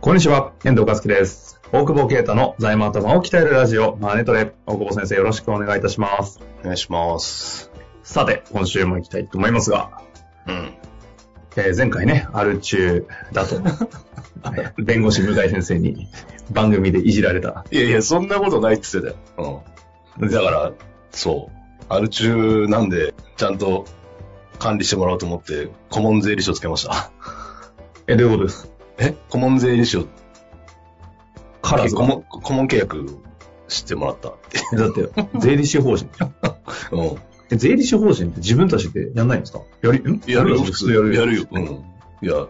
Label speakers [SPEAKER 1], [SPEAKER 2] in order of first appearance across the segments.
[SPEAKER 1] こんにちは、遠藤和樹です。大久保啓太の財務頭を鍛えるラジオ、マネトレ。大久保先生、よろしくお願いいたします。
[SPEAKER 2] お願いします。
[SPEAKER 1] さて、今週も行きたいと思いますが、
[SPEAKER 2] うん。
[SPEAKER 1] えー前回ね、アル中だ と、えー弁護士向井先生に番組でいじられた。
[SPEAKER 2] いやいや、そんなことないって言ってたよ。うん。だから、そう。アル中なんで、ちゃんと管理してもらおうと思って、顧問税理士をつけました。
[SPEAKER 1] え、どういうことです
[SPEAKER 2] え顧問税理士を、
[SPEAKER 1] カラーズ
[SPEAKER 2] 顧問、顧問契約をしてもらった。
[SPEAKER 1] だって、税理士法人。
[SPEAKER 2] うん。
[SPEAKER 1] え税理士法人って自分たちでやんないんですかやり、ん
[SPEAKER 2] やるよ、
[SPEAKER 1] 普通やる
[SPEAKER 2] や
[SPEAKER 1] よ。
[SPEAKER 2] るよ。うん。いや、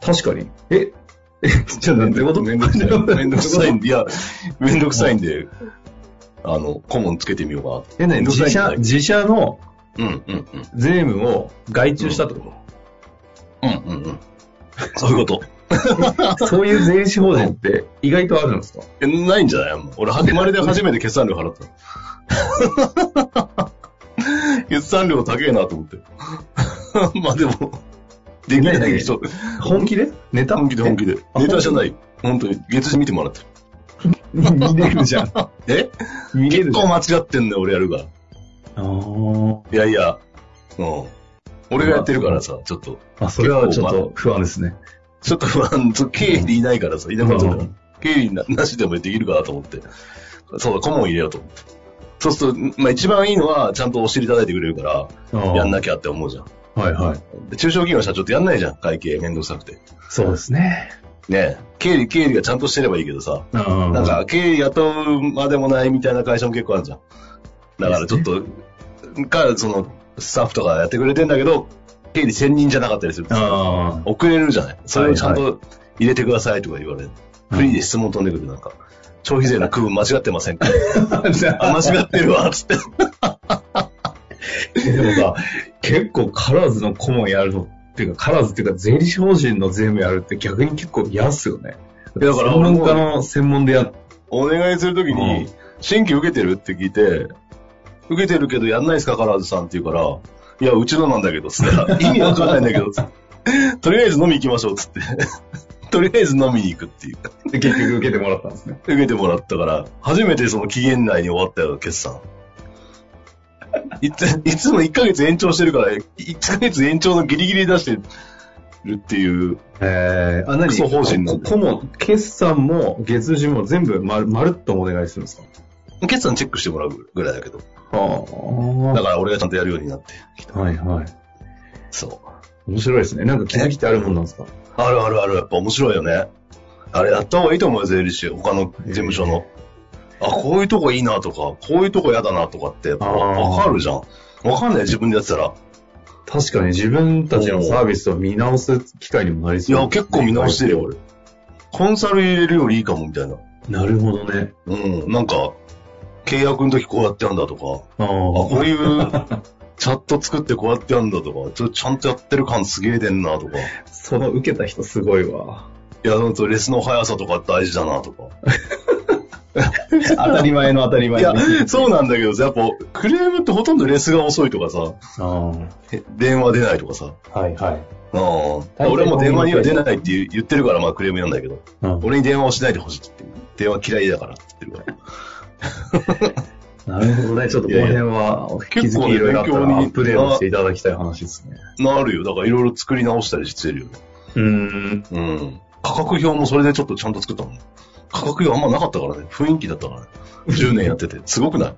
[SPEAKER 1] 確かに。え、え、じゃあなんてこと
[SPEAKER 2] めんどくさい。 めんどくさいん
[SPEAKER 1] ん
[SPEAKER 2] で、いや、めんどくさいんで、あの、顧問つけてみようかなって。
[SPEAKER 1] え、ね、自社、自社の
[SPEAKER 2] うん、うん、うん。
[SPEAKER 1] 税務を外注したってこと、
[SPEAKER 2] うん、うん、うん。そういうこと。
[SPEAKER 1] そういう税理士法人って意外とあるんですか
[SPEAKER 2] え、ないんじゃないもう俺、は生まれて初めて決算料払ったの。 決算料高えなと思って。 まあでも、できないだけ人。
[SPEAKER 1] 本気でネタ
[SPEAKER 2] 本気で本気で。
[SPEAKER 1] あ
[SPEAKER 2] ネタじゃない。本当に。月次見てもらって
[SPEAKER 1] で。見れる じゃん。
[SPEAKER 2] る。え
[SPEAKER 1] 見れ
[SPEAKER 2] 結
[SPEAKER 1] るじゃん。
[SPEAKER 2] 構間違ってんだよ、俺やるが。い
[SPEAKER 1] あー
[SPEAKER 2] やいや、うん。俺がやってるからさ、ちょっと。
[SPEAKER 1] あ、それはちょっと不安ですね。
[SPEAKER 2] ちょっと不安、そう経理いないからさ、いなくなっちゃったか
[SPEAKER 1] う
[SPEAKER 2] ら。経理ななしでもできるかなと思って。そうだ、顧問入れようと思って。そうすると、まあ一番いいのは、ちゃんとお尻叩いてくれるから、やん
[SPEAKER 1] な
[SPEAKER 2] なきゃって思うじゃん。
[SPEAKER 1] はいはい。
[SPEAKER 2] で中小企業の社長ってやんないじゃん、会計めんどくさくて。
[SPEAKER 1] そうですね。
[SPEAKER 2] ねえ経理、経理がちゃんとしてればいいけどさ、
[SPEAKER 1] な
[SPEAKER 2] なん、か経理雇うまでもないみたいな会社も結構あるじゃん。だからちょっと、か、その、スタッフとかやってくれてんだけど、経理専任じゃなかったりする。
[SPEAKER 1] あ
[SPEAKER 2] 遅れるじゃない。それをちゃん
[SPEAKER 1] は
[SPEAKER 2] と入れてくださいとか言われる。フリーで質問飛んでくる、なんか。消費税の区分間違ってませんか
[SPEAKER 1] あ。じゃ
[SPEAKER 2] あ、
[SPEAKER 1] あ、
[SPEAKER 2] 間違ってるわ、つって。
[SPEAKER 1] でもさ、結構カラーズの顧問やるの、っていうか、カラーズっていうか、税理士法人の税務やるって逆に結構嫌っすよね。
[SPEAKER 2] やだから
[SPEAKER 1] 専門家の専門でやっ
[SPEAKER 2] お願いするとき
[SPEAKER 1] うん
[SPEAKER 2] に、新規受けてるって聞いて、受けてるけどやんないですか、カラーズさんって言うから、いや、うちのなんだけど、つって。意味わかんないんだけど、つってとりあえず飲み行きましょう、つって。 とりあえず飲みに行くっていう。
[SPEAKER 1] て結局受けてもらったんですね。
[SPEAKER 2] 受けてもらったから、初めてその期限内に終わったよ、決算。いつ、いつも1ヶ月延長してるから、1ヶ月延長のギリギリ出してるっていう。
[SPEAKER 1] えー、あ、何
[SPEAKER 2] クソ方針な
[SPEAKER 1] こ
[SPEAKER 2] んで
[SPEAKER 1] こも、決算も月次も全部まるまるっとお願いするんですか
[SPEAKER 2] 決算チェックしてもらうぐらいだけど。
[SPEAKER 1] は
[SPEAKER 2] だから俺がちゃんとやるようになって。
[SPEAKER 1] あ。はいはい。
[SPEAKER 2] そう。
[SPEAKER 1] 面白いですね。なんか気づきってあるもんなんですか
[SPEAKER 2] あるあるある。やっぱ面白いよね。あれやった方がいいと思うよ、税理士。他の事務所の。あ、こういうとこいいなとか、こういうとこ嫌だなとかって、やっぱ
[SPEAKER 1] あー
[SPEAKER 2] わかるじゃん。わかんない、自分でやってたら。
[SPEAKER 1] 確かに自分たちのサービスを見直す機会にもなり
[SPEAKER 2] い
[SPEAKER 1] そう、
[SPEAKER 2] や、結構見直してるよ、
[SPEAKER 1] はい
[SPEAKER 2] 俺。コンサル入れるよりいいかも、みたいな。
[SPEAKER 1] なるほどね。
[SPEAKER 2] うん、なんか、契約の時こうやってやんだとか、
[SPEAKER 1] あ
[SPEAKER 2] あ、こ
[SPEAKER 1] あ。
[SPEAKER 2] ういうチャット作ってこうやってやんだとか、ちょちゃんとやってる感すげえ出んなとか、い
[SPEAKER 1] その受けた人すごいわ。
[SPEAKER 2] や、ほんとレスの速さとか大事だなとか。
[SPEAKER 1] 当たり前の当たり
[SPEAKER 2] い
[SPEAKER 1] 前
[SPEAKER 2] や
[SPEAKER 1] の。あ、
[SPEAKER 2] そうなんだけどさ、やっぱ、クレームってほとんどレスが遅いとかさ、
[SPEAKER 1] あ。
[SPEAKER 2] へ電話出ないとかさ、
[SPEAKER 1] はいはい。
[SPEAKER 2] うん。俺も電話には出ないって言う言ってるから、まあクレームなんだけど、
[SPEAKER 1] うん
[SPEAKER 2] 俺に電話をしないでほしいって言って電話嫌いだからって言ってるから。
[SPEAKER 1] なるほどね。ちょっとこの辺は気づ
[SPEAKER 2] 結構
[SPEAKER 1] き
[SPEAKER 2] ね
[SPEAKER 1] いろいろあったら
[SPEAKER 2] 勉強
[SPEAKER 1] ア
[SPEAKER 2] に
[SPEAKER 1] ップデートしていただきたい話ですね。
[SPEAKER 2] なるよ。だからいろいろ作り直したりしてるよね。
[SPEAKER 1] うーん。
[SPEAKER 2] うん。価格表もそれでちょっとちゃんと作ったもん。価格表あんまなかったからね。雰囲気だったからね。10年やってて。すごくな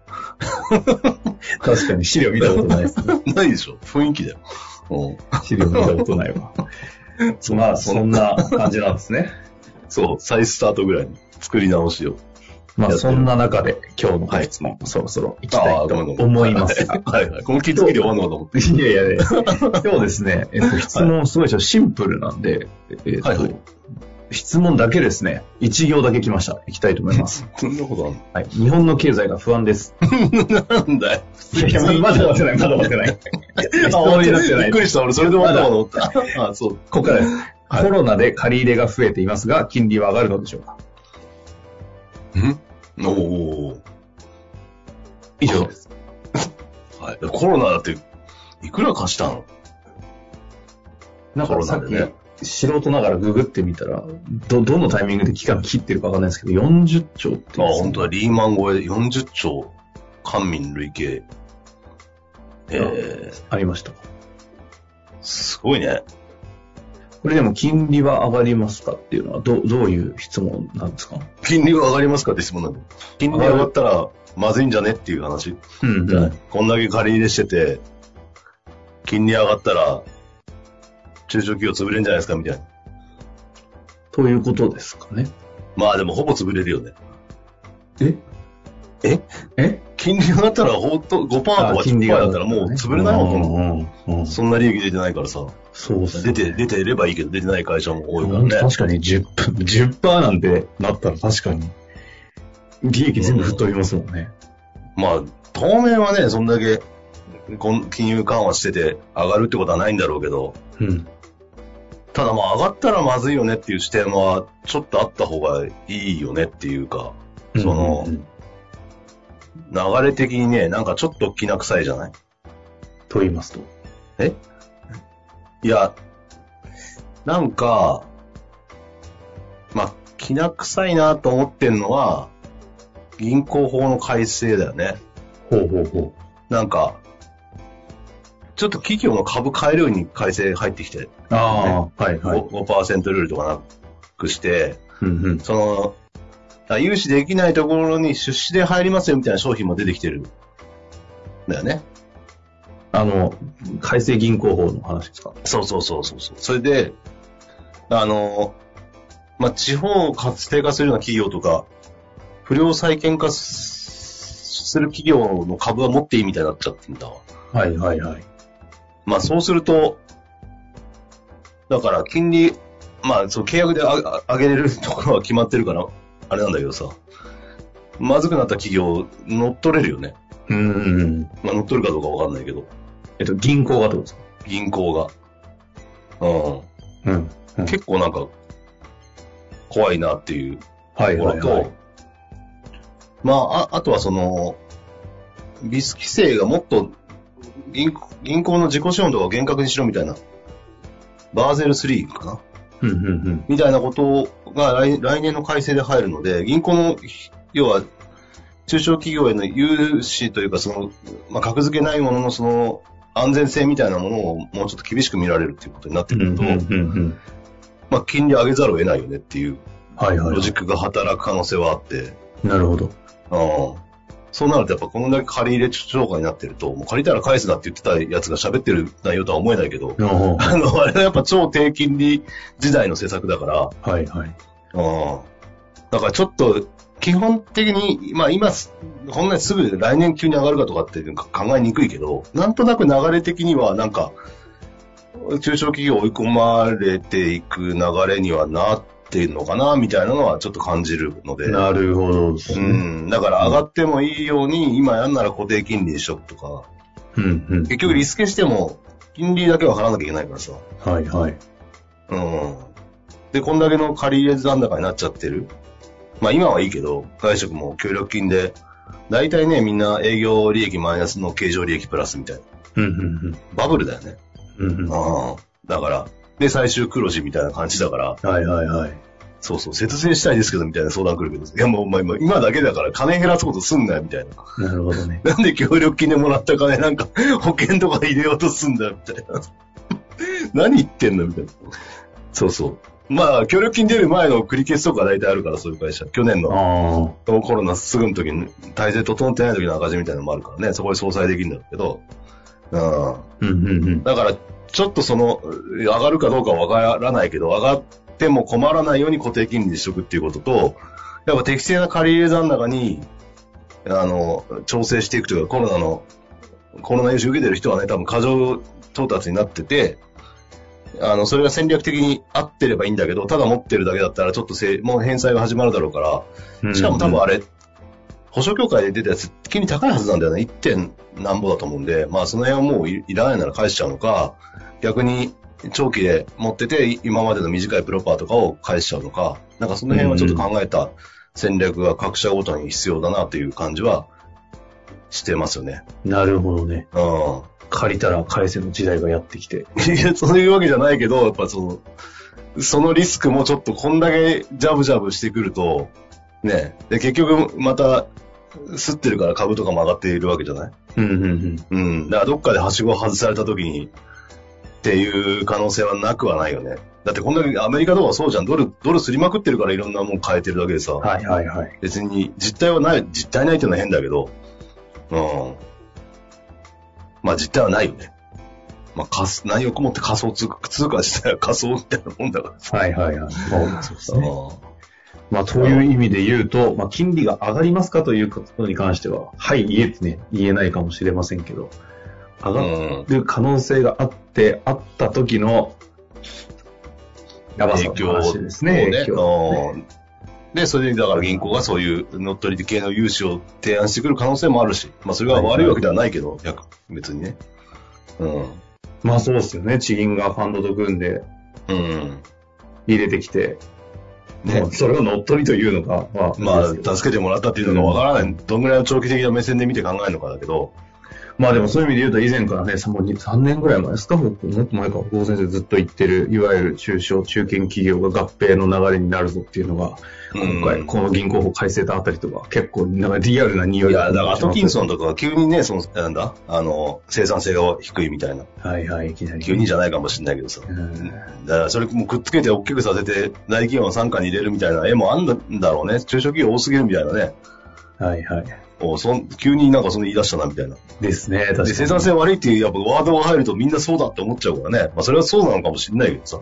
[SPEAKER 1] 確かに資料見たことない ですね。
[SPEAKER 2] い ないでしょ雰囲気だよ。うん。
[SPEAKER 1] 資料見たことないわ。まあ、そんな感じなんですね。
[SPEAKER 2] そう。再スタートぐらいに作り直しを。
[SPEAKER 1] ま
[SPEAKER 2] やって
[SPEAKER 1] あ、
[SPEAKER 2] る
[SPEAKER 1] そんな中で今日のご質問、そろそろ行きたいと思いますが。
[SPEAKER 2] はいはい。この気づきで終わるのかと思って。
[SPEAKER 1] いやいやね、 今日ですね、えっと、質問すごいですよシンプルなんで、えっと
[SPEAKER 2] はいはい
[SPEAKER 1] 質問だけですね、一行だけ来ました。行きたいと思います。
[SPEAKER 2] そんなこと
[SPEAKER 1] はい、日本の経済が不安です。
[SPEAKER 2] あるなんだ よ。
[SPEAKER 1] いやまだ終わってない、まだ終わって ない。
[SPEAKER 2] あ、
[SPEAKER 1] 質問になってな
[SPEAKER 2] びっ
[SPEAKER 1] い
[SPEAKER 2] く。りした。俺、それで終わったかと思 った。あ、そう。
[SPEAKER 1] ここからです。
[SPEAKER 2] はい
[SPEAKER 1] コロナで借り入れが増えていますが、金利は上がるのでしょうか
[SPEAKER 2] んおー。
[SPEAKER 1] 以上です。
[SPEAKER 2] はい。コロナだって、いくら貸したの
[SPEAKER 1] なんかさっ
[SPEAKER 2] コロナでね
[SPEAKER 1] き、素人ながらググってみたら、ど、どのタイミングで期間切ってるかわかんないですけど、40兆って言
[SPEAKER 2] あ、
[SPEAKER 1] うんですよ
[SPEAKER 2] 本当だ。リーマン超え40兆、官民累計。えー、
[SPEAKER 1] ありました。
[SPEAKER 2] すごいね。
[SPEAKER 1] これでも金利は上がりますかっていうのは、ど、どういう質問なんですか
[SPEAKER 2] 金利が上がりますかって質問なの。金利上がったら、まずいんじゃねっていう話。
[SPEAKER 1] うん
[SPEAKER 2] こんだけ借り入れしてて、金利上がったら、中小企業潰れるんじゃないですかみたいな。
[SPEAKER 1] ということですかね。
[SPEAKER 2] まあでもほぼ潰れるよね。
[SPEAKER 1] え
[SPEAKER 2] え
[SPEAKER 1] え
[SPEAKER 2] 金利上がったらほんと5%とか10%だったらもう潰れないもん、こんなの
[SPEAKER 1] うんうんうん
[SPEAKER 2] そんな利益出てないからさ。
[SPEAKER 1] そうっす
[SPEAKER 2] 出て、出てればいいけど出てない会社も多いから
[SPEAKER 1] うん
[SPEAKER 2] ね。
[SPEAKER 1] 確かに10分、10%なんてなったら確かに、利益全部吹っ飛びますもんね。
[SPEAKER 2] まあ、当面はね、そんだけ、こん金融緩和してて上がるってことはないんだろうけど、
[SPEAKER 1] うん。
[SPEAKER 2] ただまあ上がったらまずいよねっていう視点は、ちょっとあった方がいいよねっていうか、その
[SPEAKER 1] うんうんうん
[SPEAKER 2] 流れ的にね、なんかちょっときな臭いじゃない
[SPEAKER 1] と言いますと。
[SPEAKER 2] いや、なんか、まあ、きな臭いなと思ってんのは、銀行法の改正だよね。
[SPEAKER 1] ほうほうほ
[SPEAKER 2] なんか、ちょっと企業の株買えるように改正入ってきて、
[SPEAKER 1] う。ああ、はいはい。
[SPEAKER 2] 5%, 5ルールとかなくして、
[SPEAKER 1] うんうん。
[SPEAKER 2] その、あ融資できないところに出資で入りますよみたいな商品も出てきてる。だよね。
[SPEAKER 1] あの、改正銀行法の話ですか
[SPEAKER 2] そうそうそうそうそう。それで、あの、まあ、地方を活性化するような企業とか、不良債権化すする企業の株は持っていいみたいになっちゃってんだわ。
[SPEAKER 1] はいはいはい。
[SPEAKER 2] まあそうすると、だから金利、まあその契約でああ上げれるところは決まってるから、あれなんだけどさ、まずくなった企業乗っ取れるよね。
[SPEAKER 1] うんうんうん。
[SPEAKER 2] まあ乗っ取るかどうかわかんないけど、
[SPEAKER 1] えっと、銀行がどうですか
[SPEAKER 2] 銀行が。うん。
[SPEAKER 1] うん。
[SPEAKER 2] 結構なんか、怖いなっていう
[SPEAKER 1] は
[SPEAKER 2] と
[SPEAKER 1] い
[SPEAKER 2] こ
[SPEAKER 1] は
[SPEAKER 2] ろ
[SPEAKER 1] い
[SPEAKER 2] と、
[SPEAKER 1] はい。
[SPEAKER 2] まあ、あ、あとはその、ビス規制がもっと銀行、銀行の自己資本とかを厳格にしろみたいな、バーゼル3かな
[SPEAKER 1] うんうんうん。
[SPEAKER 2] みたいなことが来来年の改正で入るので、銀行の、要は、中小企業への融資というか、その、まあ、格付けないものの、その、安全性みたいなものをもうちょっと厳しく見られるっていうことになって
[SPEAKER 1] う
[SPEAKER 2] くる
[SPEAKER 1] ん
[SPEAKER 2] と、
[SPEAKER 1] うんうんうん。
[SPEAKER 2] まあ、金利上げざるを得ないよねっていう
[SPEAKER 1] はいはい
[SPEAKER 2] ロ
[SPEAKER 1] は
[SPEAKER 2] ジックが働く可能性はあって、
[SPEAKER 1] い。なるほど。
[SPEAKER 2] うん。そうなるとやっぱこのだけ借り入れ障害になってると、もう借りたら返すなって言ってたやつが喋ってる内容とは思えないけど、
[SPEAKER 1] は
[SPEAKER 2] あの、あれはやっぱ超低金利時代の政策だから、
[SPEAKER 1] いはい。
[SPEAKER 2] うん。だからちょっと、基本的に、まあ今す、こんなにすぐ来年急に上がるかとかっていうのか考えにくいけど、なんとなく流れ的にはなんか、中小企業追い込まれていく流れにはなってるのかな、みたいなのはちょっと感じるので。
[SPEAKER 1] なるほどです
[SPEAKER 2] う
[SPEAKER 1] ね。
[SPEAKER 2] ん。だから上がってもいいように、今やんなら固定金利にしとくとか、
[SPEAKER 1] うんうん。
[SPEAKER 2] 結局リスケしても、金利だけは払わなきゃいけないからさ。
[SPEAKER 1] はいはい。
[SPEAKER 2] うん。で、こんだけの借り入れ残高になっちゃってる。まあ今はいいけど、外食も協力金で、大体ね、みんな営業利益マイナスの経常利益プラスみたいな。
[SPEAKER 1] うんうん
[SPEAKER 2] バブルだよね。
[SPEAKER 1] うん。うんうん。は
[SPEAKER 2] うん。だから、で、最終黒字みたいな感じだから、
[SPEAKER 1] いはいはい。
[SPEAKER 2] そうそう、節制したいですけど、みたいな相談来るけど、いやもうお前今今だけだから金減らすことすんなよ、みたいな。
[SPEAKER 1] なるほどね。
[SPEAKER 2] なんで協力金でもらった金なんか保険とか入れようとすんだみたいな。 何言ってんのみたいな。そうそう。まあ、協力金出る前の繰り消しとか大体あるから、そういう会社。去年の
[SPEAKER 1] あ
[SPEAKER 2] コロナすぐの時に、体制整ってない時の赤字みたいなのもあるからね、そこで相殺できるんだろうけど。うん。
[SPEAKER 1] あ。うんうんうん。
[SPEAKER 2] だから、ちょっとその、上がるかどうかはわからないけど、上がっても困らないように固定金利にしとくっていうことと、やっぱ適正な借り入れ残高に、あの、調整していくというか、コロナの、コロナ融資受けてる人はね、多分過剰調達になってて、あの、それが戦略的に合ってればいいんだけど、ただ持ってるだけだったら、ちょっとせいもう返済が始まるだろうから、
[SPEAKER 1] うん
[SPEAKER 2] しかも多分あれ、保証協会で出たやつ、金利高いはずなんだよね。1. 点何ぼだと思うんで、まあその辺はもういいらないなら返しちゃうのか、逆に長期で持ってて、い今までの短いプロパーとかを返しちゃうのか、なんかその辺はちょっと考えた戦略が各社ごとに必要だなという感じはしてますよね。
[SPEAKER 1] なるほどね。
[SPEAKER 2] うん。
[SPEAKER 1] 借りたら返せの時代がやってきて。
[SPEAKER 2] いや、そういうわけじゃないけど、やっぱその、そのリスクもちょっとこんだけジャブジャブしてくると、ね、で結局また、吸ってるから株とかも上がっているわけじゃない
[SPEAKER 1] うんうんうん。
[SPEAKER 2] うん。だからどっかではしごを外された時に、っていう可能性はなくはないよね。だってこんだけアメリカとかそうじゃん。ドル、ドルすりまくってるからいろんなもん変えてるだけでさ。
[SPEAKER 1] はいはいはい。
[SPEAKER 2] 別に実態はない、実態ないっていうのは変だけど。うん。まあ実態はないよね。まあ仮想、内容こもって仮想通貨、通貨自体は仮想みたいなもんだからさ。
[SPEAKER 1] はいはいはい。まあ、そうです
[SPEAKER 2] うん
[SPEAKER 1] ね。まあ、という意味で言うと、まあ、金利が上がりますかということに関しては、はい、言えってね、言えないかもしれませんけど、上が
[SPEAKER 2] うん。
[SPEAKER 1] る可能性があって、あった時の、やばさの話ですね。
[SPEAKER 2] 影響
[SPEAKER 1] を
[SPEAKER 2] を
[SPEAKER 1] ね
[SPEAKER 2] ねうんで、それにだから銀行がそういう乗っ取り系の融資を提案してくる可能性もあるし、まあそれが悪いわけではないけど、逆別にね。うん。
[SPEAKER 1] まあそうですよね。地銀がファンドと組んで
[SPEAKER 2] うん。
[SPEAKER 1] 入れてきて、
[SPEAKER 2] ね
[SPEAKER 1] まあそれを乗っ取りというのか、まあ、
[SPEAKER 2] まあ、
[SPEAKER 1] いいですけど
[SPEAKER 2] 助けてもらったっていうのがわからない、どんぐらいの長期的な目線で見て考えるのかだけど、
[SPEAKER 1] まあでもそういう意味で言うと以前からね、さもう2 3年ぐらい前ですか、僕もっと前か、久保先生ずっと言ってる、いわゆる中小、中堅企業が合併の流れになるぞっていうのが、今
[SPEAKER 2] う
[SPEAKER 1] 回、
[SPEAKER 2] ん
[SPEAKER 1] この銀行法改正たあたりとか、結構なんかリアルな匂い
[SPEAKER 2] いや、だからアトキンソ
[SPEAKER 1] ン。
[SPEAKER 2] ンとかは急にね、その、なんだ、あの、生産性が低いみたいな、
[SPEAKER 1] はいはい、いきなり。
[SPEAKER 2] 急にじゃないかもしれないけどさ。
[SPEAKER 1] うん
[SPEAKER 2] だからそれもくっつけて大きくさせて、大企業の傘下に入れるみたいな絵もあんだろうね。中小企業多すぎるみたいなね。
[SPEAKER 1] はいはい。
[SPEAKER 2] おそん急になんかその言い出したなみたいな。
[SPEAKER 1] ですね、確か
[SPEAKER 2] で、
[SPEAKER 1] に。
[SPEAKER 2] 生産性悪いっていうやっぱワードが入るとみんなそうだって思っちゃうからね。まあそれはそうなのかもしれないけどさ。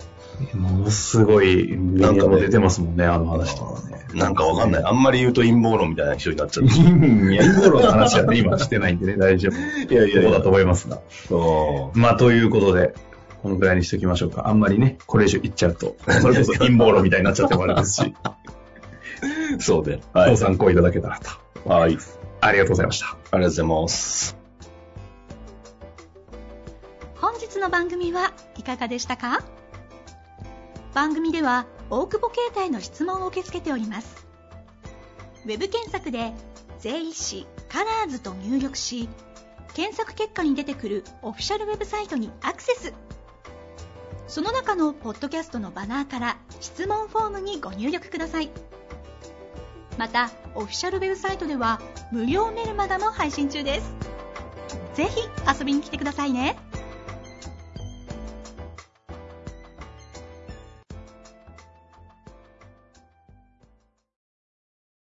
[SPEAKER 1] ものすごい、メディアも出てますもんね、あの話とかね。
[SPEAKER 2] なんかわかんない。あんまり言うと陰謀論みたいな人になっちゃう。
[SPEAKER 1] いや、今の話はね、今してないんでね、大丈夫。
[SPEAKER 2] いやい
[SPEAKER 1] そうだと思いますが。
[SPEAKER 2] うん
[SPEAKER 1] まあ、ということで、このぐらいにしときましょうか。あんまりね、これ以上言っちゃうと、それこそ陰謀論みたいになっちゃってもあれですし、
[SPEAKER 2] そうで。は
[SPEAKER 1] ご
[SPEAKER 2] い。
[SPEAKER 1] 参考いただけたらと。
[SPEAKER 2] はい。あ
[SPEAKER 1] あり
[SPEAKER 2] りが
[SPEAKER 1] がとうございました。
[SPEAKER 2] とうございます。
[SPEAKER 3] 本日の番組はいかがでしたか番組では大久保携帯の質問を受け付けておりますウェブ検索で「税理士カラーズと入力し検索結果に出てくるオフィシャルウェブサイトにアクセスその中のポッドキャストのバナーから質問フォームにご入力くださいまたオフィシャルウェブサイトでは無料メルマガも配信中ですぜひ遊びに来てくださいね